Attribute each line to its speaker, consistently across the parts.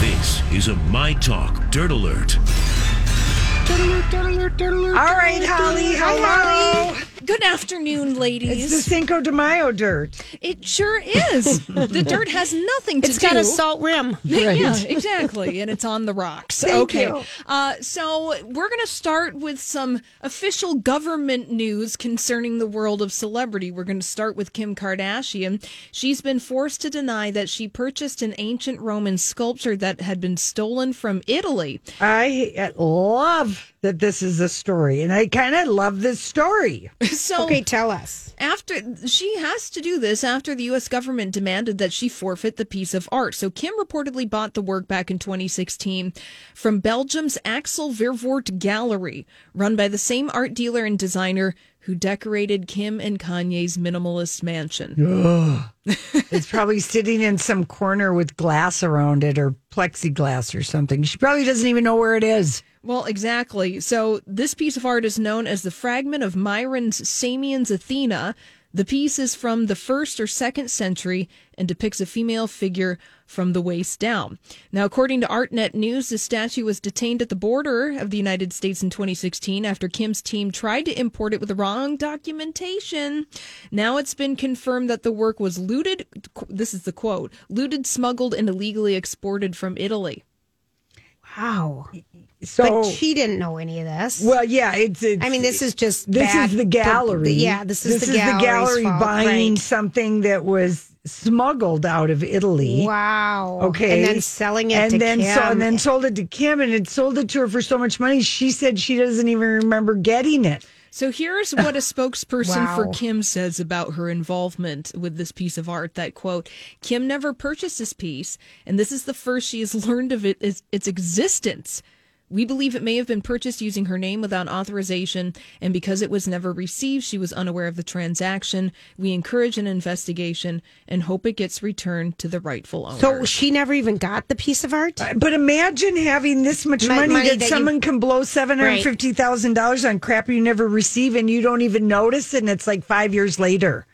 Speaker 1: This is a My Talk Dirt Alert.
Speaker 2: All right, Holly. Hello.
Speaker 3: Good afternoon,
Speaker 2: It's the
Speaker 3: ladies.
Speaker 2: Cinco de Mayo dirt.
Speaker 3: It sure is. the dirt has nothing to
Speaker 4: It's
Speaker 3: do.
Speaker 4: got a salt rim.
Speaker 3: Yeah, exactly. And it's on the rocks.
Speaker 2: Thank
Speaker 3: okay.
Speaker 2: you.
Speaker 3: Uh, so we're going to start with some official government news concerning the world of celebrity. We're going to start with Kim Kardashian. She's been forced to deny that she purchased an ancient Roman sculpture that had been stolen from Italy.
Speaker 2: I love that this is a story, and I kind of love this story.
Speaker 3: So
Speaker 5: Okay, tell us.
Speaker 3: after she has to do this after the US government demanded that she forfeit the piece of art. So Kim reportedly bought the work back in 2016 from Belgium's Axel Vervoort Gallery, run by the same art dealer and designer who decorated Kim and Kanye's minimalist mansion.
Speaker 2: It's probably sitting in some corner with glass around it or plexiglass or something. She probably doesn't even know where it is.
Speaker 3: Well, exactly. So this piece of art is known as the fragment of Myron's Samian's Athena. The piece is from the first or second century and depicts a female figure from the waist down. Now, according to ArtNet News, the statue was detained at the border of the United States in 2016 after Kim's team tried to import it with the wrong documentation. Now it's been confirmed that the work was looted. This is the quote looted, smuggled, and illegally exported from Italy.
Speaker 5: Wow.
Speaker 2: So,
Speaker 5: but
Speaker 2: Oh.
Speaker 5: she didn't know any of this.
Speaker 2: well, yeah, it's, it's.
Speaker 5: I mean, this is just
Speaker 2: this
Speaker 5: bad.
Speaker 2: is the gallery.
Speaker 5: yeah, this is the gallery's
Speaker 2: gallery
Speaker 5: fault,
Speaker 2: buying
Speaker 5: right.
Speaker 2: something that was smuggled out of Italy.
Speaker 5: Wow.
Speaker 2: Okay.
Speaker 5: And then selling it
Speaker 2: and
Speaker 5: to
Speaker 2: then
Speaker 5: Kim.
Speaker 2: So, and then sold it to Kim and it sold it to her for so much money. She said she doesn't even remember getting it.
Speaker 3: So here's what a spokesperson for
Speaker 5: Wow.
Speaker 3: Kim says about her involvement with this piece of art that quote, Kim never purchased this piece and this is the first she has learned of it is its existence. We believe it may have been purchased using her name without authorization and because it was never received, she was unaware of the transaction. We encourage an investigation and hope it gets returned to the rightful owner.
Speaker 5: so she never even got the piece of art?
Speaker 2: But imagine having this much
Speaker 5: Mon-
Speaker 2: money,
Speaker 5: money
Speaker 2: that,
Speaker 5: that you-
Speaker 2: someone can blow seven hundred fifty thousand dollars on crap you never receive and you don't even notice, it, and it's like five years later.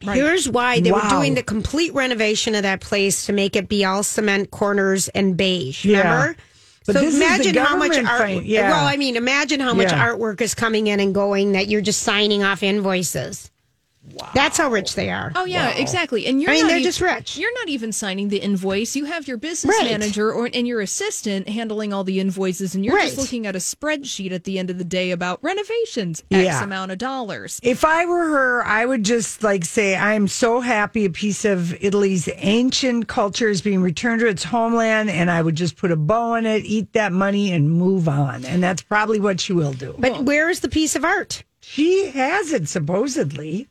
Speaker 5: Here's why they
Speaker 2: Wow.
Speaker 5: were doing the complete renovation of that place to make it be all cement corners and beige. Remember?
Speaker 2: Yeah. But
Speaker 5: so
Speaker 2: this is the
Speaker 5: imagine how much
Speaker 2: government
Speaker 5: art.
Speaker 2: thing, yeah.
Speaker 5: Well, I mean, imagine how much
Speaker 2: Yeah.
Speaker 5: artwork is coming in and going that you're just signing off invoices. That's how rich they are.
Speaker 3: Oh yeah, exactly. And you're
Speaker 5: I mean,
Speaker 3: not
Speaker 5: they're
Speaker 3: e-
Speaker 5: just rich.
Speaker 3: You're not even signing the invoice. You have your business
Speaker 5: Right.
Speaker 3: manager or and your assistant handling all the invoices, and you're just
Speaker 5: Right.
Speaker 3: looking at a spreadsheet at the end of the day about renovations, x
Speaker 2: Yeah.
Speaker 3: amount of dollars.
Speaker 2: If I were her, I would just like say, I'm so happy a piece of Italy's ancient culture is being returned to its homeland, and I would just put a bow on it, eat that money, and move on. And that's probably what she will do.
Speaker 5: But where is the piece of art?
Speaker 2: She has it supposedly.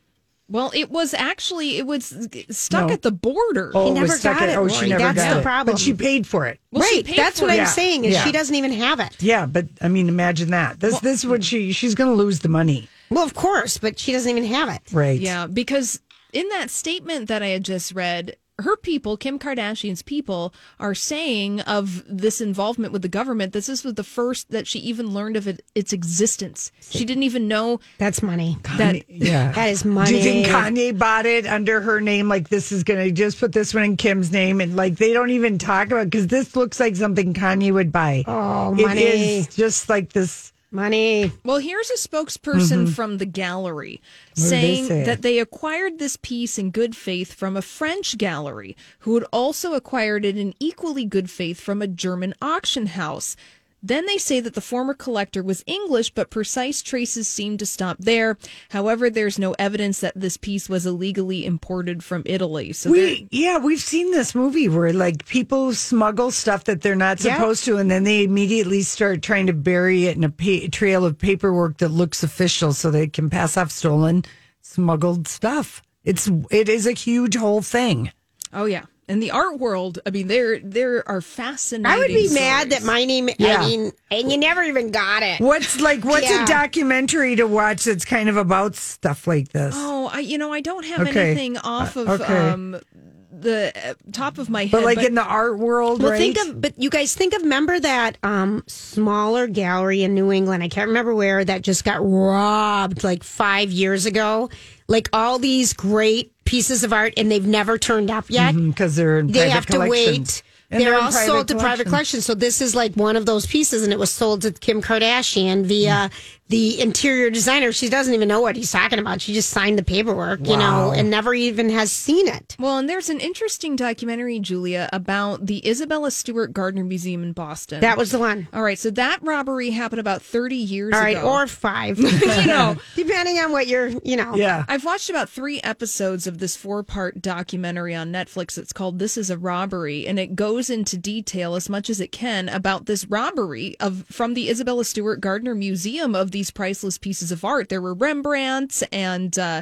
Speaker 3: Well, it was actually it was stuck
Speaker 2: No.
Speaker 3: at the border.
Speaker 2: Oh,
Speaker 5: never
Speaker 2: was stuck
Speaker 5: got
Speaker 2: at-
Speaker 5: it,
Speaker 2: Oh, she
Speaker 5: Lori.
Speaker 2: never
Speaker 5: That's
Speaker 2: got
Speaker 5: the
Speaker 2: it.
Speaker 5: problem.
Speaker 2: But she paid for it.
Speaker 3: Well, she
Speaker 5: right.
Speaker 3: paid
Speaker 5: That's
Speaker 3: for
Speaker 5: what
Speaker 3: it.
Speaker 5: I'm
Speaker 2: Yeah,
Speaker 5: saying is
Speaker 2: yeah.
Speaker 5: she doesn't even have it.
Speaker 2: Yeah, but I mean, imagine that. This this is what she she's going to lose the money,
Speaker 5: Well, of course, but she doesn't even have it.
Speaker 2: right?
Speaker 3: Yeah, because in that statement that I had just read, her people, Kim Kardashian's people, are saying of this involvement with the government that this was the first that she even learned of it, its existence. She didn't even know
Speaker 5: That's money.
Speaker 3: that
Speaker 2: yeah.
Speaker 5: That is
Speaker 2: Do you
Speaker 5: money.
Speaker 2: think Kanye bought it under her name? Like this is going to just put this one in Kim's name, and like they don't even talk about because this looks like something Kanye would buy.
Speaker 5: Oh,
Speaker 2: it
Speaker 5: money.
Speaker 2: is just like this.
Speaker 5: Money.
Speaker 3: Well, here's a spokesperson from the gallery
Speaker 2: Mm-hmm. did they
Speaker 3: saying
Speaker 2: say?
Speaker 3: that they acquired this piece in good faith from a French gallery who had also acquired it in equally good faith from a German auction house. Then they say that the former collector was English, but precise traces seem to stop there. However, there's no evidence that this piece was illegally imported from Italy. So there-
Speaker 2: We yeah, we've seen this movie where like people smuggle stuff that they're not
Speaker 5: Yeah.
Speaker 2: supposed to, and then they immediately start trying to bury it in a pa- trail of paperwork that looks official, so they can pass off stolen, smuggled stuff. It's it is a huge whole thing.
Speaker 3: oh yeah, And the art world, I mean, there there are fascinating.
Speaker 5: I would be
Speaker 3: stories.
Speaker 5: mad that my name. I
Speaker 2: Yeah.
Speaker 5: mean, and you never even got it.
Speaker 2: What's like? What's
Speaker 5: Yeah.
Speaker 2: a documentary to watch that's kind of about stuff like this?
Speaker 3: Oh, I you know I don't have
Speaker 2: Okay.
Speaker 3: anything off of
Speaker 2: okay.
Speaker 3: um, the uh, top of my head.
Speaker 2: but like in the art world,
Speaker 5: Well,
Speaker 2: right?
Speaker 5: think of, but you guys think of, remember that um, smaller gallery in New England? I can't remember where that just got robbed like five years ago. Like all these great pieces of art, and they've never turned up yet.
Speaker 2: because they're in
Speaker 5: They
Speaker 2: private
Speaker 5: have to
Speaker 2: collections.
Speaker 5: wait.
Speaker 2: And
Speaker 5: they're,
Speaker 2: in
Speaker 5: all
Speaker 2: private
Speaker 5: sold to private collections. So this is like one of those pieces, and it was sold to Kim Kardashian
Speaker 2: Mm.
Speaker 5: via the interior designer. She doesn't even know what he's talking about. She just signed the paperwork, you know, and never even has seen it.
Speaker 3: well, and there's an interesting documentary, Julia, about the Isabella Stewart Gardner Museum in Boston.
Speaker 5: That was the one.
Speaker 2: Oh,
Speaker 3: all right. So that robbery happened about 30 years
Speaker 5: All right,
Speaker 3: ago.
Speaker 5: or five, you know, depending on what you're, you know.
Speaker 2: Yeah.
Speaker 3: I've watched about three episodes of this four part documentary on Netflix. It's called This is a Robbery, and it goes into detail as much as it can about this robbery of from the Isabella Stewart Gardner Museum of these priceless pieces of art. There were Rembrandts and uh,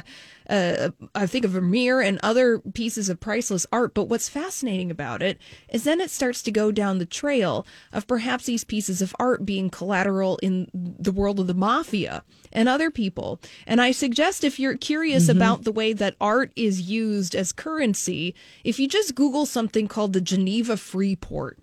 Speaker 3: uh, I think of Vermeer and other pieces of priceless art. But what's fascinating about it is then it starts to go down the trail of perhaps these pieces of art being collateral in the world of the mafia and other people. And I suggest if you're curious about the way that art is used as currency, if you just Google something called the Geneva Free Port.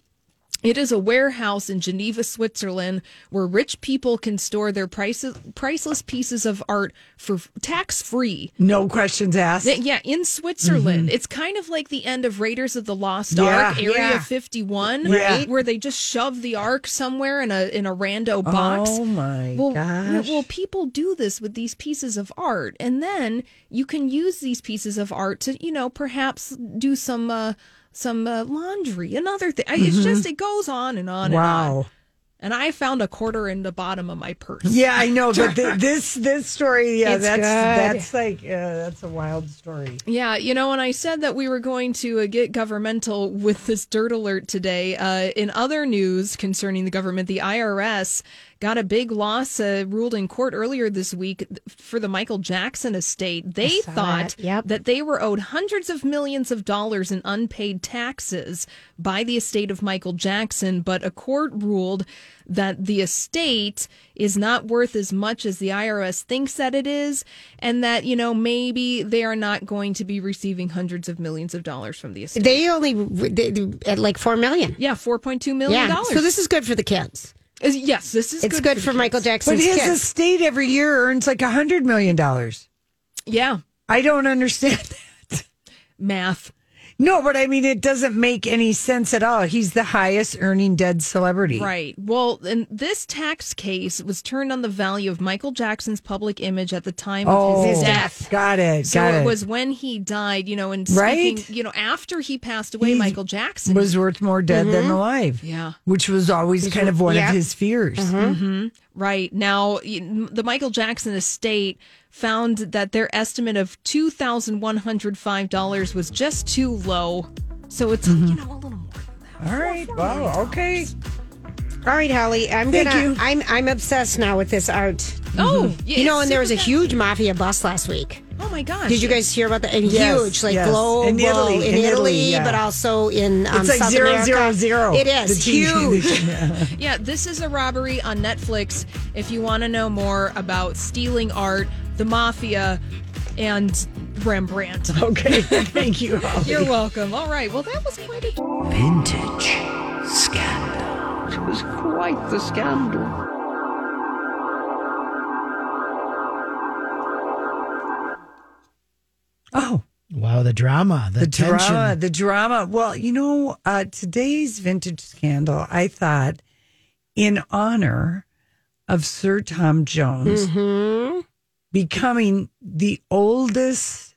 Speaker 3: It is a warehouse in Geneva, Switzerland, where rich people can store their prices, priceless pieces of art for tax free.
Speaker 2: No questions asked.
Speaker 3: Th- Yeah, in Switzerland. It's kind of like the end of Raiders of the Lost
Speaker 2: Yeah.
Speaker 3: Ark, Area
Speaker 5: Yeah.
Speaker 3: 51,
Speaker 2: Yeah.
Speaker 3: right? Where they just shove the ark somewhere in a in a rando box.
Speaker 2: Oh, my
Speaker 3: well,
Speaker 2: gosh.
Speaker 3: Well, people do this with these pieces of art. And then you can use these pieces of art to, you know, perhaps do some uh some uh, laundry, another thing. I It's just it goes on and on and on.
Speaker 2: Mm-hmm. wow.
Speaker 3: And I found a quarter in the bottom of my purse.
Speaker 2: Yeah, I know, but th- this this story, yeah,
Speaker 5: It's
Speaker 2: that's
Speaker 5: good.
Speaker 2: that's like uh, that's a wild story.
Speaker 3: Yeah, you know, when I said that we were going to uh, get governmental with this dirt alert today, uh, in other news concerning the government, the IRS got a big loss uh, ruled in court earlier this week for the Michael Jackson estate. They
Speaker 5: saw
Speaker 3: thought
Speaker 5: that, yep.
Speaker 3: that they were owed hundreds of millions of dollars in unpaid taxes by the estate of Michael Jackson, but a court ruled that the estate is not worth as much as the IRS thinks that it is, and that, you know, maybe they are not going to be receiving hundreds of millions of dollars from the estate.
Speaker 5: They only they, at like four million.
Speaker 3: yeah, $4.2 million.
Speaker 5: Yeah. So this is good for the kids.
Speaker 3: is, yes, this is
Speaker 5: It's
Speaker 3: good,
Speaker 5: good, for Michael
Speaker 2: But
Speaker 5: Jackson's
Speaker 2: his
Speaker 5: kids.
Speaker 2: estate every year earns like a hundred million dollars.
Speaker 3: Yeah,
Speaker 2: I don't understand that.
Speaker 3: math.
Speaker 2: No, but I mean, it doesn't make any sense at all. He's the highest earning dead celebrity.
Speaker 3: Right. Well, and this tax case was turned on the value of Michael Jackson's public image at the time
Speaker 2: Oh,
Speaker 3: of his death.
Speaker 5: death.
Speaker 2: Got it.
Speaker 3: So
Speaker 2: got
Speaker 3: it was when he died, you know, and
Speaker 2: Right?
Speaker 3: speaking, you know, after he passed away,
Speaker 2: He
Speaker 3: Michael Jackson
Speaker 2: was worth more dead than alive.
Speaker 3: Yeah.
Speaker 2: Which was always kind of one
Speaker 5: yeah.
Speaker 2: of his fears.
Speaker 3: Right. Now, y- the Michael Jackson estate found that their estimate of $2,105 was just too low. So it's,
Speaker 2: Mm-hmm.
Speaker 3: you know, a little more.
Speaker 2: All right. Wow. Okay.
Speaker 5: All right, Holly. I'm
Speaker 2: Thank
Speaker 5: gonna.
Speaker 2: you.
Speaker 5: I'm I'm obsessed now with this art. Mm-hmm.
Speaker 3: Oh, yeah,
Speaker 5: You know,
Speaker 3: it's
Speaker 5: and there was a
Speaker 3: super
Speaker 5: huge mafia bust last week.
Speaker 3: fa- Oh, my gosh.
Speaker 5: Did you guys hear about that? And
Speaker 2: Yes,
Speaker 5: huge, like
Speaker 2: yes.
Speaker 5: global
Speaker 2: In Italy,
Speaker 5: in
Speaker 2: in Italy,
Speaker 5: Italy,
Speaker 2: yeah.
Speaker 5: but also in um,
Speaker 2: It's like
Speaker 5: South
Speaker 2: zero
Speaker 5: America.
Speaker 2: zero zero.
Speaker 5: It is
Speaker 2: The TV.
Speaker 5: huge.
Speaker 3: Yeah, this is a robbery on Netflix. If you want to know more about stealing art, the mafia, and Rembrandt.
Speaker 2: okay. Thank you. Holly.
Speaker 3: You're welcome. All right. Well, that was quite a
Speaker 4: Vintage scandal. It was quite the scandal.
Speaker 2: Oh.
Speaker 6: Wow, the drama, the,
Speaker 2: the
Speaker 6: tension.
Speaker 2: drama, the drama. Well, you know, uh, today's vintage scandal, I thought, in honor of Sir Tom Jones becoming the oldest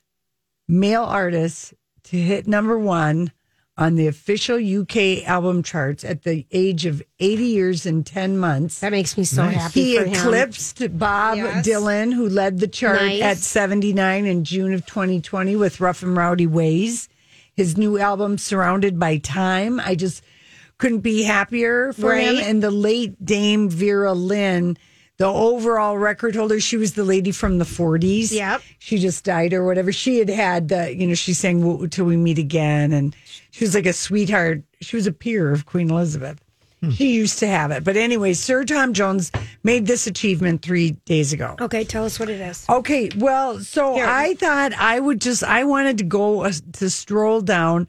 Speaker 2: male artist to hit number one on the official UK album charts at the age of 80 years and 10 months.
Speaker 5: That makes me so happy.
Speaker 2: He
Speaker 5: for him.
Speaker 2: eclipsed Bob
Speaker 5: Yes.
Speaker 2: Dylan, who led the chart
Speaker 5: Nice.
Speaker 2: at 79 in June of 2020 with Rough and Rowdy Ways. His new album, Surrounded by Time, I just couldn't be happier for him.
Speaker 5: Right.
Speaker 2: And the late Dame Vera Lynn, the overall record holder. She was the lady from the 40s.
Speaker 5: Yep.
Speaker 2: She just died or whatever. She had had the, you know, she sang "Wo- Till We Meet Again. And she was like a sweetheart. She was a peer of Queen Elizabeth. She used to have it. But anyway, Sir Tom Jones made this achievement three days ago.
Speaker 5: Okay, tell us what it is.
Speaker 2: Okay, well, so I thought I would just I wanted to go uh, to stroll down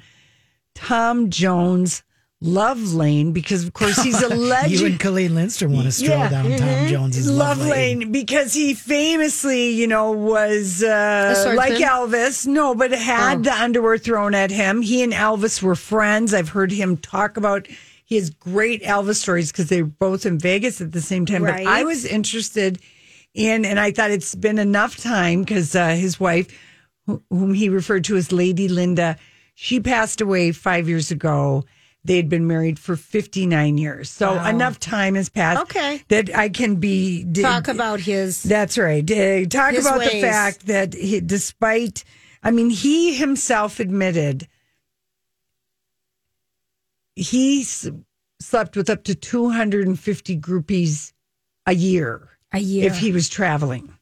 Speaker 2: Tom Jones Love Lane because of course he's a
Speaker 6: You and
Speaker 2: legend.
Speaker 6: Colleen Lindstrom want to stroll
Speaker 2: Yeah. Mm-hmm.
Speaker 6: down Tom Jones's
Speaker 2: Love Lane because he famously, you know, was uh,
Speaker 3: swordsman?
Speaker 2: like Elvis. No, but
Speaker 5: Oh.
Speaker 2: had the underwear thrown at him. He and Elvis were friends. I've heard him talk about his great Elvis stories because they were both in Vegas at the same time.
Speaker 5: Right.
Speaker 2: But I was interested in, and I thought it's been enough time because uh, his wife, wh- whom he referred to as Lady Linda, she passed away five years ago. They had been married for 59 years. So enough time has passed
Speaker 5: Okay.
Speaker 2: that I can be d-
Speaker 5: Talk about his.
Speaker 2: That's right. Uh, talk
Speaker 5: His
Speaker 2: about the
Speaker 5: ways.
Speaker 2: fact that he, despite, I mean, he himself admitted he s- slept with up to 250 groupies a year
Speaker 5: A year.
Speaker 2: if he was traveling.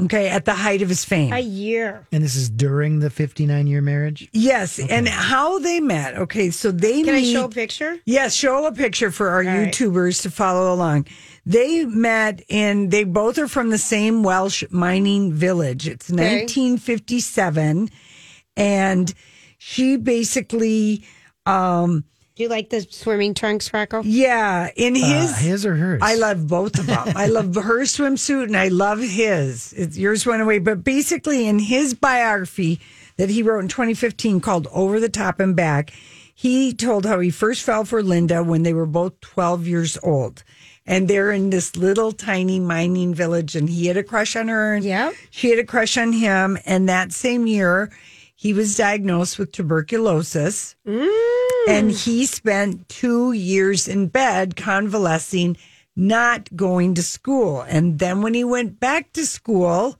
Speaker 2: Okay, at the height of his fame.
Speaker 5: A year.
Speaker 6: And this is during the 59 year marriage?
Speaker 2: yes, and how they met. Okay, so they
Speaker 5: Can I
Speaker 2: meet,
Speaker 5: show a picture?
Speaker 2: Yes, show a picture for our
Speaker 5: right.
Speaker 2: YouTubers to follow along. They met in, they both are from the same Welsh mining village. It's 1957. And she basically, um,
Speaker 5: Do you like the swimming trunks, Rocco?
Speaker 2: yeah, in his.
Speaker 6: uh, his or hers?
Speaker 2: I love both of them. I love her swimsuit and I love his. It's, yours went away. But basically, in his biography that he wrote in 2015 called Over the Top and Back, he told how he first fell for Linda when they were both 12 years old. And they're in this little tiny mining village, and he had a crush on her. And
Speaker 5: Yep.
Speaker 2: She had a crush on him. And that same year, he was diagnosed with tuberculosis and he spent two years in bed convalescing, not going to school. And then when he went back to school,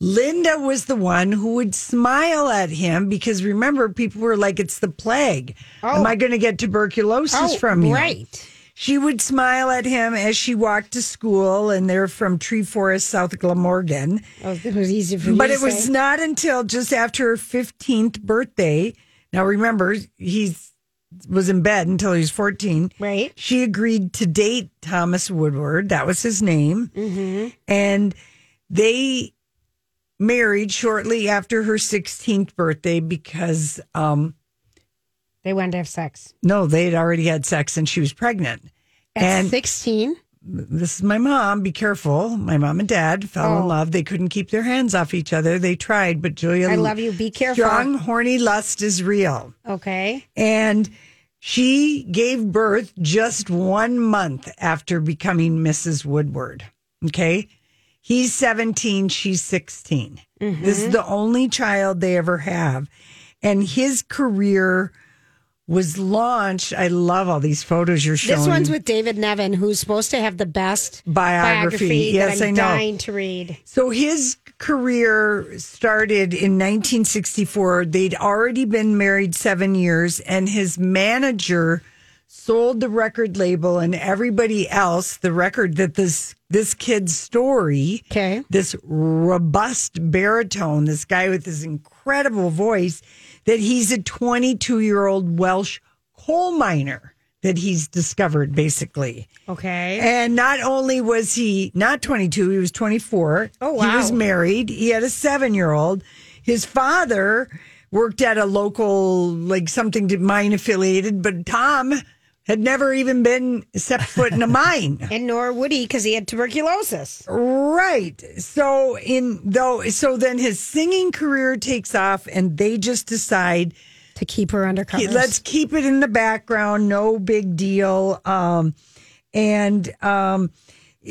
Speaker 2: Linda was the one who would smile at him because remember, people were like, it's the plague. Am I going to get tuberculosis from you?
Speaker 5: Oh, right.
Speaker 2: She would smile at him as she walked to school, and they're from Tree Forest, South Glamorgan.
Speaker 5: Oh, it was easy for you
Speaker 2: But
Speaker 5: to
Speaker 2: it was
Speaker 5: say.
Speaker 2: not until just after her 15th birthday. Now remember, he's was in bed until he was 14.
Speaker 5: Right.
Speaker 2: She agreed to date Thomas Woodward. That was his name.
Speaker 5: Mm-hmm.
Speaker 2: And they married shortly after her 16th birthday because um
Speaker 5: They wanted to have sex.
Speaker 2: no, they had already had sex and she was pregnant.
Speaker 5: At
Speaker 2: and
Speaker 5: 16.
Speaker 2: this is my mom. Be careful. My mom and dad fell
Speaker 5: Oh.
Speaker 2: in love. They couldn't keep their hands off each other. They tried, but Julia,
Speaker 5: I love you. Be careful.
Speaker 2: Strong, horny lust is real.
Speaker 5: Okay.
Speaker 2: And she gave birth just one month after becoming Mrs. Woodward. Okay. He's 17, she's 16.
Speaker 5: Mm-hmm.
Speaker 2: This is the only child they ever have. And his career was launched. I love all these photos you're showing.
Speaker 5: This one's with David Nevin, who's supposed to have the best
Speaker 2: Biography.
Speaker 5: biography,
Speaker 2: Yes,
Speaker 5: that I'm
Speaker 2: I know.
Speaker 5: dying to read.
Speaker 2: So his career started in 1964. They'd already been married seven years, and his manager sold the record label and everybody else the record that this this kid's story
Speaker 5: Okay.
Speaker 2: this robust baritone, this guy with this incredible voice, that he's a 22 year old Welsh coal miner that he's discovered basically.
Speaker 5: Okay.
Speaker 2: And not only was he not 22, he was 24.
Speaker 5: Oh,
Speaker 2: He
Speaker 5: wow.
Speaker 2: was married. He had a seven year old. His father worked at a local, like something to mine affiliated, but Tom had never even been set foot in a mine.
Speaker 5: And nor would he because he had tuberculosis.
Speaker 2: Right. So in though so then his singing career takes off and they just decide
Speaker 5: To keep her under
Speaker 2: Ke-
Speaker 5: covers.
Speaker 2: Let's keep it in the background. No big deal. Um, and um,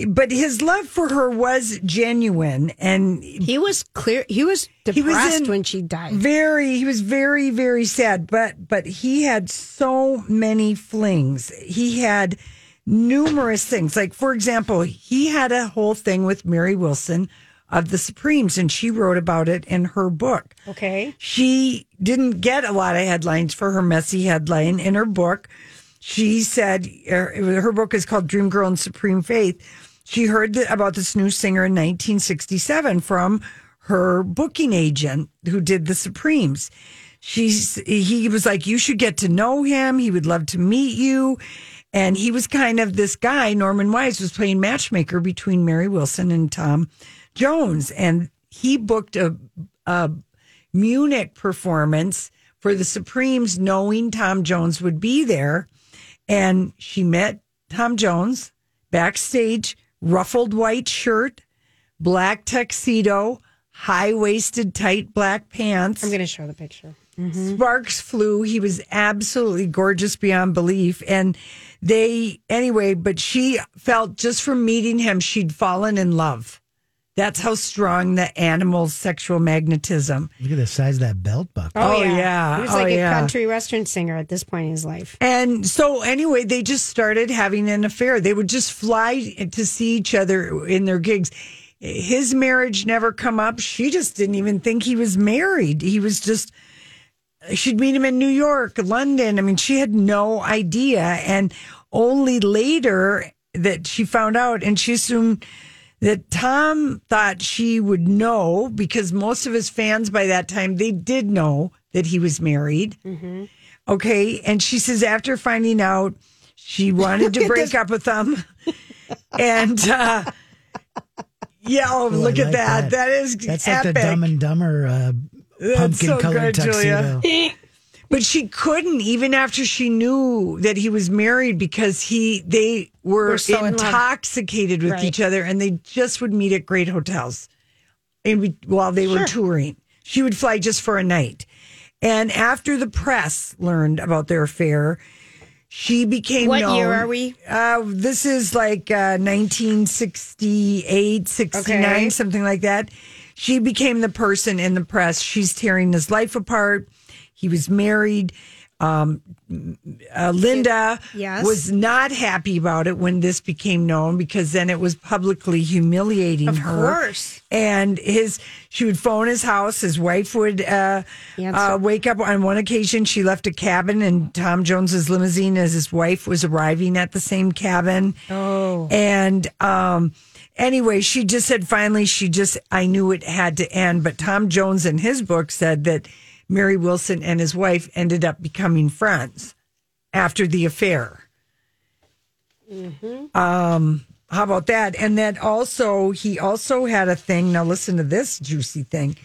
Speaker 2: but his love for her was genuine and
Speaker 5: He was clear. He was
Speaker 2: was
Speaker 5: depressed
Speaker 2: in-
Speaker 5: when she died.
Speaker 2: very. He was very very sad. But but he had so many flings. He had numerous things. Like for example, he had a whole thing with Mary Wilson of the Supremes, and she wrote about it in her book.
Speaker 5: Okay.
Speaker 2: she didn't get a lot of headlines for her messy headline er, in her book. She said her her book is called Dream Girl and Supreme Faith. she heard th- about this new singer in 1967 from her booking agent who did the Supremes. She's he was like, you should get to know him. He would love to meet you. And he was kind of this guy, Norman Wise was playing matchmaker between Mary Wilson and Tom Jones. And he booked a, a Munich performance for the Supremes, knowing Tom Jones would be there. And she met Tom Jones backstage, ruffled white shirt, black tuxedo, high waisted, tight black pants.
Speaker 5: I'm going to show the picture.
Speaker 2: Mm-hmm. Sparks flew. He was absolutely gorgeous beyond belief. And they, anyway, but she felt just from meeting him, she'd fallen in love. That's how strong the animal's sexual magnetism.
Speaker 6: Look at the size of that belt buckle.
Speaker 2: Oh, yeah.
Speaker 5: He was
Speaker 2: Oh,
Speaker 5: like
Speaker 2: yeah.
Speaker 5: a country western singer at this point in his life.
Speaker 2: And so, anyway, they just started having an affair. They would just fly to see each other in their gigs. His marriage never come up. She just didn't even think he was married. He was just. She'd meet him in New York, London. I mean, she had no idea, and only later that she found out, and she assumed that Tom thought she would know because most of his fans by that time they did know that he was married.
Speaker 6: Mm-hmm.
Speaker 2: Okay. And she says, after finding out, she wanted to break up with him. And, uh, yeah, oh,
Speaker 6: Ooh, I
Speaker 2: look at
Speaker 6: like
Speaker 2: that.
Speaker 6: that.
Speaker 2: That is
Speaker 6: That's like
Speaker 2: epic.
Speaker 6: the Dumb and Dumber uh,
Speaker 2: That's
Speaker 6: pumpkin
Speaker 2: so
Speaker 6: colored
Speaker 2: good, Julia.
Speaker 6: tuxedo.
Speaker 2: but she couldn't even after she knew that he was married because he they were,
Speaker 5: Were so in love.
Speaker 2: intoxicated with
Speaker 5: Right.
Speaker 2: each other and they just would meet at great hotels and we, while they were touring she would fly just for a night and after the press learned about their affair she became
Speaker 5: What year
Speaker 2: known-
Speaker 5: are we?
Speaker 2: uh, this is like uh, 1968 69
Speaker 5: Okay.
Speaker 2: something like that she became the person in the press she's tearing his life apart he was married um, uh, linda
Speaker 5: Yes.
Speaker 2: was not happy about it when this became known because then it was publicly humiliating
Speaker 5: Of
Speaker 2: her
Speaker 5: course.
Speaker 2: and his she would phone his house his wife would uh, uh, wake up on one occasion she left a cabin and tom jones's limousine as his wife was arriving at the same cabin oh and um anyway she just said finally she just i knew it had to end but tom jones in his book said that mary wilson and his wife ended up becoming friends after the affair Um, How about that? And then also, he also had a thing. Now, listen to this juicy thing.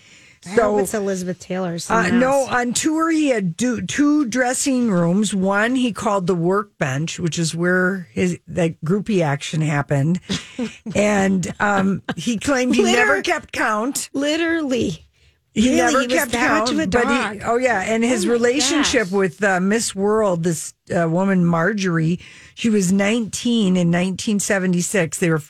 Speaker 5: I
Speaker 2: So,
Speaker 5: hope it's Elizabeth Taylor. or
Speaker 2: uh,
Speaker 5: someone
Speaker 2: no,
Speaker 5: else.
Speaker 2: on tour, he had do, two dressing rooms. One he called the workbench, which is where his the groupie action happened. and um, he claimed he never
Speaker 5: Literally.
Speaker 2: kept count.
Speaker 5: literally.
Speaker 2: He
Speaker 5: Really,
Speaker 2: never
Speaker 5: he was
Speaker 2: kept
Speaker 5: that
Speaker 2: count.
Speaker 5: much of a
Speaker 2: but
Speaker 5: dog.
Speaker 2: he- oh yeah, and his relationship with uh, Miss World, this uh, woman Marjorie, she was 19 in 1976. They were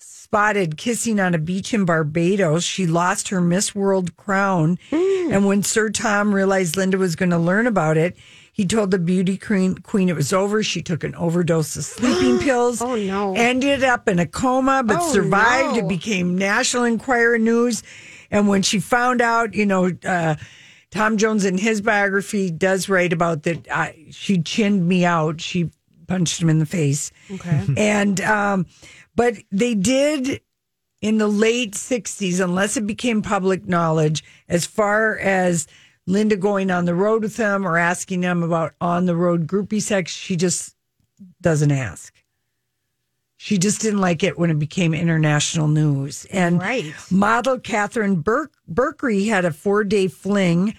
Speaker 2: spotted kissing on a beach in Barbados. She lost her Miss World crown, and when Sir Tom realized Linda was going to learn about it, he told the beauty queen, queen it was over. She took an overdose of sleeping pills.
Speaker 5: Oh, no.
Speaker 2: Ended up in a coma, but
Speaker 5: Oh,
Speaker 2: survived. It
Speaker 5: no.
Speaker 2: became National Enquirer news. And when she found out, you know, uh, Tom Jones in his biography does write about that I, she chinned me out. She punched him in the face. Okay. and, um, but they did in the late 60s, unless it became public knowledge, as far as Linda going on the road with him or asking him about on the road groupie sex, she just doesn't ask. She just didn't like it when it became international news. And
Speaker 5: Right.
Speaker 2: model Catherine Burke, Berkery had a four day fling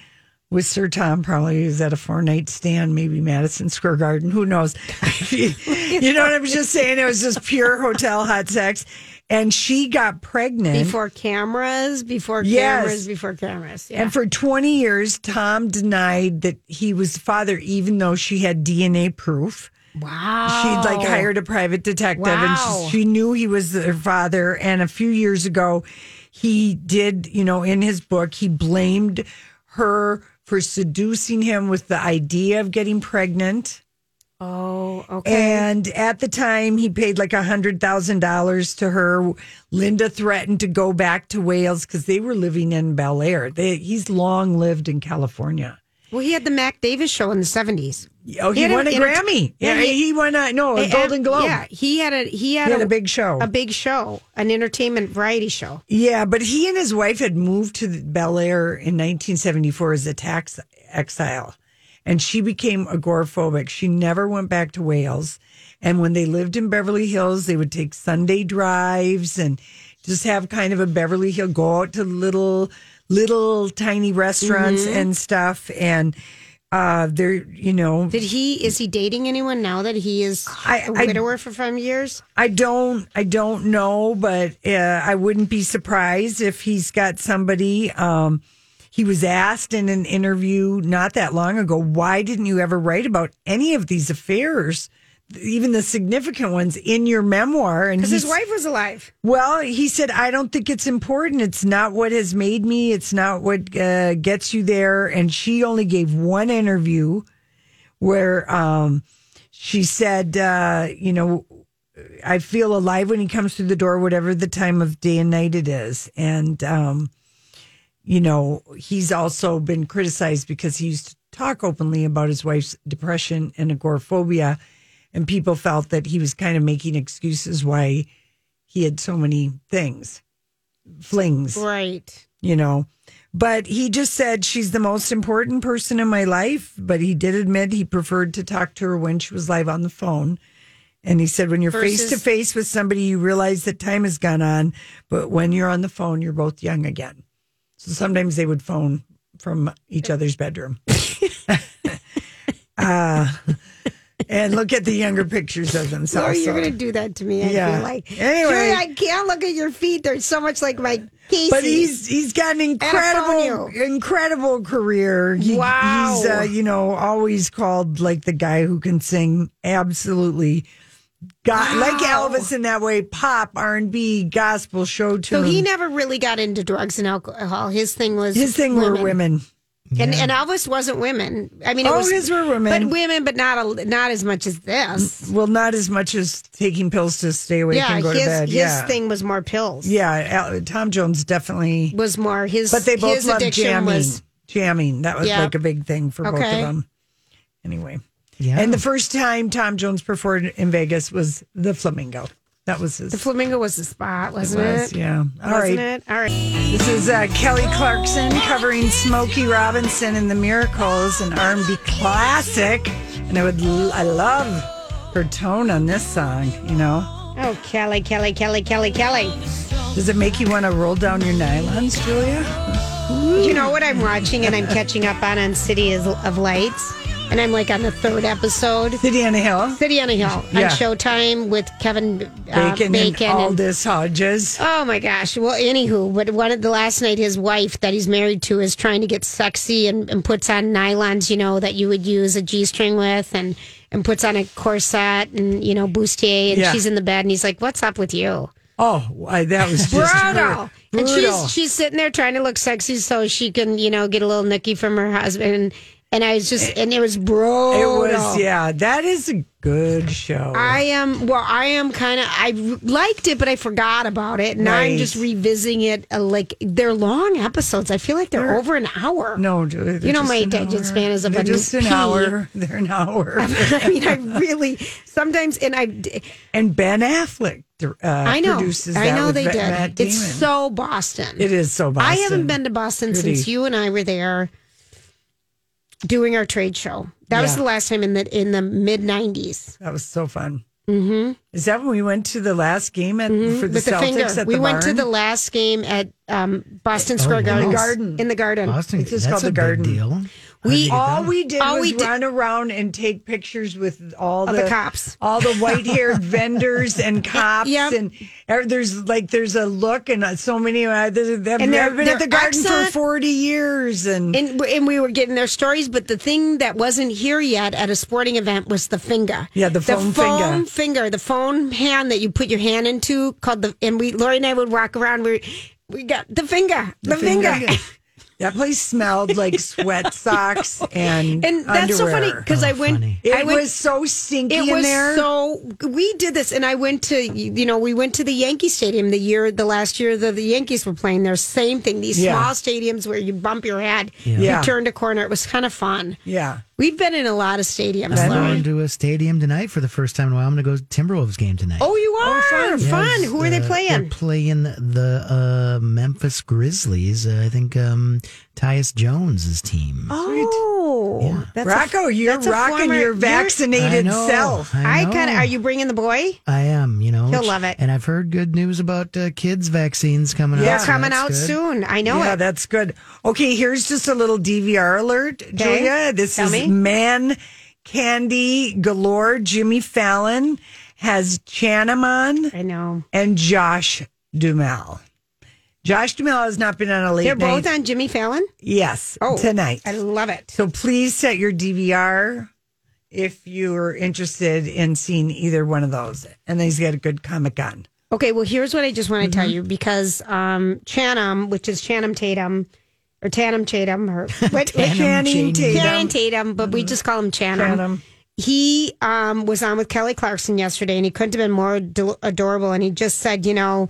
Speaker 2: with Sir Tom, probably is at a four night stand, maybe Madison Square Garden, who knows? you know what I'm just saying? It was just pure hotel hot sex. And she got pregnant.
Speaker 5: Before cameras, before
Speaker 2: Yes.
Speaker 5: cameras, before cameras. Yeah.
Speaker 2: And for 20 years, Tom denied that he was the father, even though she had DNA proof.
Speaker 5: wow.
Speaker 2: She'd like hired a private detective and
Speaker 5: Wow.
Speaker 2: she, she knew he was her father. And a few years ago, he did, you know, in his book, he blamed her for seducing him with the idea of getting pregnant.
Speaker 5: Oh, okay.
Speaker 2: And at the time, he paid like a hundred thousand dollars to her. Linda threatened to go back to Wales because they were living in Bel Air. They, he's long lived in California.
Speaker 5: well, he had the Mac Davis show in the 70s.
Speaker 2: Oh, he,
Speaker 5: He had
Speaker 2: won a
Speaker 5: an enter-
Speaker 2: Grammy.
Speaker 5: Yeah,
Speaker 2: Yeah, he,
Speaker 5: he-
Speaker 2: won a no a
Speaker 5: Eh,
Speaker 2: Oh, Golden Globe.
Speaker 5: Yeah, he had a he had,
Speaker 2: He had a big show.
Speaker 5: a big show, an entertainment variety show.
Speaker 2: Yeah, but he and his wife had moved to the Bel Air in 1974 as a tax exile, and she became agoraphobic. She never went back to Wales. And when they lived in Beverly Hills, they would take Sunday drives and just have kind of a Beverly Hill go out to little little tiny restaurants and stuff. And uh, they're you know
Speaker 5: Did he is he dating anyone now that he is
Speaker 2: I-
Speaker 5: a
Speaker 2: I-
Speaker 5: widower for five years?
Speaker 2: I don't I don't know, but uh, I wouldn't be surprised if he's got somebody. Um, he was asked in an interview not that long ago, why didn't you ever write about any of these affairs, even the significant ones, in your memoir? And
Speaker 5: Because his
Speaker 2: he's-
Speaker 5: wife was alive.
Speaker 2: well, he said, I don't think it's important. It's not what has made me. It's not what uh, gets you there. And she only gave one interview where um, she said, uh, you know, I feel alive when he comes through the door, whatever the time of day and night it is. And, um, you know, he's also been criticized because he used to talk openly about his wife's depression and agoraphobia. And people felt that he was kind of making excuses why he had so many things, flings,
Speaker 5: Right.
Speaker 2: you know. But he just said she's the most important person in my life. But he did admit he preferred to talk to her when she was live on the phone. And he said, when you're face to
Speaker 5: Versus-
Speaker 2: face with somebody, you realize that time has gone on. But when you're on the phone, you're both young again. So sometimes they would phone from each other's bedroom. uh, and look at the younger pictures of themselves.
Speaker 5: Lori, you're
Speaker 2: So-
Speaker 5: going to do that to me. I
Speaker 2: Yeah.
Speaker 5: feel like.
Speaker 2: Anyway.
Speaker 5: Julie, I can't look at your feet. They're so much like my Casey.
Speaker 2: But he's he's got an incredible
Speaker 5: Anafonio.
Speaker 2: incredible career. He-
Speaker 5: Wow.
Speaker 2: He's uh, you know always called like the guy who can sing absolutely God like Elvis in that way, pop, R and B, gospel, show
Speaker 5: So
Speaker 2: tune.
Speaker 5: he never really got into drugs and alcohol. His thing was
Speaker 2: Mm. His thing were women.
Speaker 5: and and Elvis wasn't women. I mean, it
Speaker 2: Oh,
Speaker 5: was,
Speaker 2: his were women. Mm,
Speaker 5: but women, but not a, not as much as this.
Speaker 2: Well, not as much as taking pills to stay awake
Speaker 5: yeah,
Speaker 2: and go
Speaker 5: his
Speaker 2: to bed.
Speaker 5: his
Speaker 2: yeah,
Speaker 5: thing was more pills.
Speaker 2: yeah. Al- Tom Jones definitely,
Speaker 5: was more his.
Speaker 2: but they both
Speaker 5: his
Speaker 2: loved
Speaker 5: addiction
Speaker 2: jamming.
Speaker 5: was
Speaker 2: jamming that was
Speaker 5: Yeah.
Speaker 2: like a big thing for both of
Speaker 5: Okay.
Speaker 2: them. Anyway.
Speaker 6: Yeah.
Speaker 2: And the first time Tom Jones performed in Vegas was the Flamingo. That was his.
Speaker 5: the flamingo was the spot, wasn't it?
Speaker 2: was, yeah. All
Speaker 5: Wasn't
Speaker 2: right.
Speaker 5: it? All right.
Speaker 2: This is uh, Kelly Clarkson covering Smokey Robinson and the Miracles, an R&B classic. And I would, l- I love her tone on this song. You know,
Speaker 5: Oh, Kelly, Kelly, Kelly, Kelly, Kelly.
Speaker 2: does it make you want to roll down your nylons, Julia?
Speaker 5: You know what I'm watching and I'm catching up on on City is- of Lights, and I'm like on the third episode.
Speaker 2: City on a Hill,
Speaker 5: City on a Hill
Speaker 2: Yeah.
Speaker 5: on Showtime with Kevin uh,
Speaker 2: Bacon,
Speaker 5: Bacon,
Speaker 2: and
Speaker 5: and
Speaker 2: Aldous Hodges.
Speaker 5: Oh my gosh. Well, anywho, but one of the last night, his wife that he's married to is trying to get sexy and, and puts on nylons, you know, that you would use a G string with and, and puts on a corset and, you know, bustier. And
Speaker 2: Yeah.
Speaker 5: she's in the bed and he's like, What's up with you?
Speaker 2: Oh, why, that was just
Speaker 5: Brutal.
Speaker 2: brutal.
Speaker 5: And
Speaker 2: Brutal.
Speaker 5: she's, she's sitting there trying to look sexy so she can, you know, get a little nookie from her husband. And I was just, and it was brutal.
Speaker 2: It was, yeah. That is a good show.
Speaker 5: I am well. I am kind of. I liked it, but I forgot about it. Now I'm
Speaker 2: Right.
Speaker 5: just revisiting it. Uh, like they're long episodes. I feel like they're, over an hour.
Speaker 2: No, Julia, they're
Speaker 5: know
Speaker 2: just
Speaker 5: my
Speaker 2: an
Speaker 5: attention
Speaker 2: hour.
Speaker 5: span is of
Speaker 2: They're
Speaker 5: a
Speaker 2: just an
Speaker 5: pea.
Speaker 2: hour. They're an hour.
Speaker 5: I mean, I really sometimes, and I, d-
Speaker 2: and Ben Affleck uh,
Speaker 5: I know,
Speaker 2: produces that
Speaker 5: I know
Speaker 2: with
Speaker 5: they
Speaker 2: Ma-
Speaker 5: did.
Speaker 2: Matt
Speaker 5: it's
Speaker 2: Damon.
Speaker 5: so Boston.
Speaker 2: It is so Boston.
Speaker 5: I haven't been to Boston
Speaker 2: Pretty.
Speaker 5: since you and I were there doing our trade show. That was
Speaker 2: Yeah.
Speaker 5: the last time in the in the mid '90s.
Speaker 2: That was so fun. Mm-hmm. Is that when we went to the last game at, for the
Speaker 5: With the
Speaker 2: Celtics
Speaker 5: finger,
Speaker 2: at the
Speaker 5: we went to
Speaker 2: barn? Oh,
Speaker 5: the last game at um, Boston Square Garden.
Speaker 6: wow. The
Speaker 2: garden.
Speaker 5: In the garden.
Speaker 6: Boston.
Speaker 2: It's just
Speaker 6: that's
Speaker 2: called the
Speaker 6: a big
Speaker 2: Garden.
Speaker 6: deal.
Speaker 5: We
Speaker 2: all we did
Speaker 5: All
Speaker 2: was
Speaker 5: we did-
Speaker 2: run around and take pictures with all
Speaker 5: Of
Speaker 2: the,
Speaker 5: the cops.
Speaker 2: all the white-haired vendors and cops,
Speaker 5: Yep.
Speaker 2: and er, there's like there's a look and uh, so many. Uh, they've they've
Speaker 5: And their-
Speaker 2: been at
Speaker 5: their
Speaker 2: the garden for
Speaker 5: accent-
Speaker 2: forty years, and
Speaker 5: and, and we were getting their stories, but the thing that wasn't here yet at a sporting event was the finger.
Speaker 2: Yeah, the foam
Speaker 5: foam
Speaker 2: finger.
Speaker 5: finger, the foam hand that you put your hand into called the. And we, Lori and I would walk around. We we got the finger, the, finger.
Speaker 2: That place smelled like sweat socks and
Speaker 5: And that's so funny
Speaker 2: underwear.
Speaker 5: because I
Speaker 6: Oh,
Speaker 5: went.
Speaker 6: funny.
Speaker 2: It
Speaker 5: I went,
Speaker 2: was so stinky
Speaker 5: It
Speaker 2: in
Speaker 5: was
Speaker 2: there.
Speaker 5: so. We did this, and I went to you know we went to the Yankee Stadium the year the last year that the Yankees were playing there. Same thing. These
Speaker 2: Yeah.
Speaker 5: small stadiums where you bump your head,
Speaker 2: Yeah.
Speaker 5: you turned a corner. It was kind of fun.
Speaker 2: yeah.
Speaker 5: We've been in a lot of stadiums.
Speaker 6: I'm
Speaker 5: Lauren.
Speaker 6: going to a stadium tonight for the first time in a while. I'm going to go to Timberwolves game tonight.
Speaker 5: Oh, you are fun.
Speaker 6: Yeah, it's,
Speaker 5: Who are
Speaker 6: uh,
Speaker 5: they
Speaker 6: They're
Speaker 5: playing?
Speaker 6: playing the uh, Memphis Grizzlies. Uh, I think um, Tyus Jones' team.
Speaker 5: Oh, that's a-
Speaker 2: Rocco, you're
Speaker 5: that's a
Speaker 2: rocking
Speaker 5: former-
Speaker 2: your
Speaker 5: you're-
Speaker 6: I
Speaker 2: vaccinated
Speaker 6: know,
Speaker 2: self.
Speaker 5: I
Speaker 6: know.
Speaker 5: kind of. Are you bringing the boy?
Speaker 6: I am, you know.
Speaker 5: He'll
Speaker 6: which-
Speaker 5: love it.
Speaker 6: And I've heard good news about uh, kids' vaccines coming out.
Speaker 2: They're
Speaker 6: so
Speaker 5: They're coming
Speaker 6: that's
Speaker 5: out
Speaker 6: good.
Speaker 5: soon. I know
Speaker 2: yeah,
Speaker 5: it.
Speaker 2: that's good. Okay, here's just a little DVR alert, Julia. This
Speaker 5: Tell
Speaker 2: is
Speaker 5: me.
Speaker 2: man candy galore. Jimmy Fallon has Chanamon
Speaker 5: I know.
Speaker 2: and Josh Dumel. Josh Dumel has not been on a late
Speaker 5: They're
Speaker 2: night.
Speaker 5: both on Jimmy Fallon.
Speaker 2: yes,
Speaker 5: Oh,
Speaker 2: tonight.
Speaker 5: I love it.
Speaker 2: So please set your DVR if you're interested in seeing either one of those. And he's got a good comic on.
Speaker 5: Okay, well, here's what I just want to tell you because um, Chanum, which is Chanum Tatum, or Tanum Tatum, or what? Channing
Speaker 2: Channing Tatum.
Speaker 5: Tatum, but we just call him Chanum.
Speaker 2: Channing.
Speaker 5: He um, was on with Kelly Clarkson yesterday, and he couldn't have been more ador- adorable. And he just said, you know,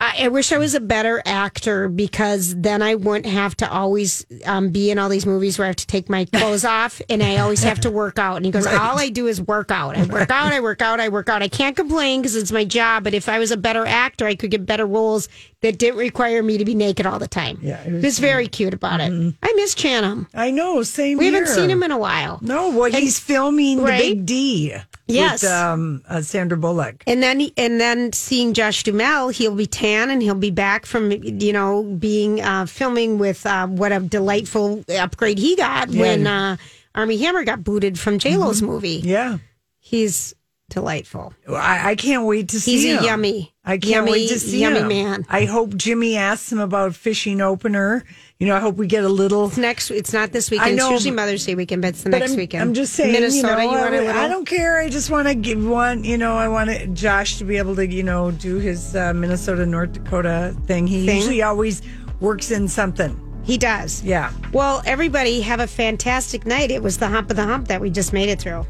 Speaker 5: I, I wish I was a better actor because then I wouldn't have to always um, be in all these movies where I have to take my clothes off and I always have to work out. And he goes, All I do is work out. I work out, I work out, I work out. I can't complain because it's my job. But if I was a better actor, I could get better roles that didn't require me to be naked all the time.
Speaker 2: Yeah, it
Speaker 5: It
Speaker 2: was- Mm-hmm.
Speaker 5: was, very cute about it. I miss Chanum.
Speaker 2: I know, same
Speaker 5: We
Speaker 2: here.
Speaker 5: haven't seen him in a while.
Speaker 2: No, well, he's filming
Speaker 5: right?
Speaker 2: the Big D.
Speaker 5: Yes.
Speaker 2: with, um, uh, Sandra Bullock.
Speaker 5: And then and then seeing Josh Dumel, he'll be tan and he'll be back from you know being uh, filming with uh, what a delightful upgrade he got when uh, Army Hammer got booted from J Lo's movie.
Speaker 2: Mm-hmm. Yeah,
Speaker 5: He's delightful.
Speaker 2: I, I can't wait to see
Speaker 5: He's
Speaker 2: him.
Speaker 5: a yummy.
Speaker 2: I can't
Speaker 5: yummy,
Speaker 2: wait to see
Speaker 5: yummy
Speaker 2: him.
Speaker 5: man.
Speaker 2: I hope Jimmy asks him about fishing opener. You know, I hope we get a little.
Speaker 5: It's next. It's not this weekend.
Speaker 2: I know,
Speaker 5: it's usually Mother's Day weekend, but it's the
Speaker 2: But
Speaker 5: next
Speaker 2: I'm,
Speaker 5: weekend.
Speaker 2: I'm just saying,
Speaker 5: Minnesota.
Speaker 2: You, know,
Speaker 5: want
Speaker 2: I,
Speaker 5: a little?
Speaker 2: I don't care. I just want to give one. You know, I want Josh to be able to, you know, do his uh, Minnesota North Dakota thing. He
Speaker 5: Thing?
Speaker 2: usually always works in something.
Speaker 5: He does.
Speaker 2: Yeah.
Speaker 5: Well, everybody have a fantastic night. It was the hump of the hump that we just made it through.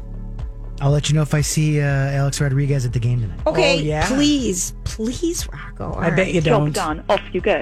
Speaker 6: I'll let you know if I see uh, Alex Rodriguez at the game tonight.
Speaker 5: Okay,
Speaker 2: Oh, yeah.
Speaker 5: please, please, Rocco.
Speaker 2: I bet you don't.
Speaker 7: Job done. Off you go.